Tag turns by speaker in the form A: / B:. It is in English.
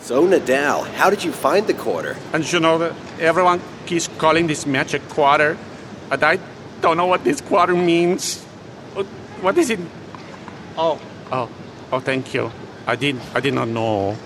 A: So, Nadal, how did you find the quarter?
B: And you know that everyone keeps calling this match a quarter, and I don't know what this quarter means. What- What is it? Oh, oh, oh! Thank you. I did. I did not know.